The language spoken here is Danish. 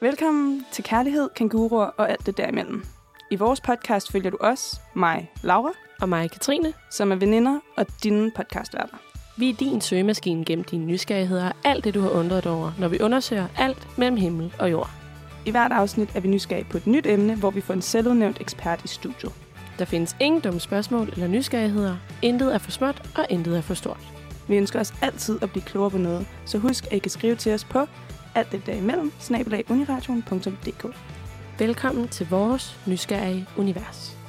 Velkommen til Kærlighed, Kanguruer og alt det derimellem. I vores podcast følger du os, mig, Laura, Og mig, Katrine. som er veninder og dine podcastværter. Vi er din søgemaskine gennem dine nysgerrigheder og alt det, du har undret dig over, når vi undersøger alt mellem himmel og jord. I hvert afsnit er vi nysgerrige på et nyt emne, hvor vi får en selvudnævnt ekspert i studiet. Der findes ingen dumme spørgsmål eller nysgerrigheder. Intet er for småt, og intet er for stort. Vi ønsker os altid at blive klogere på noget, så husk, at I kan skrive til os på alt det derimellem, snabelaguniradioen.dk. Velkommen til vores nysgerrige univers.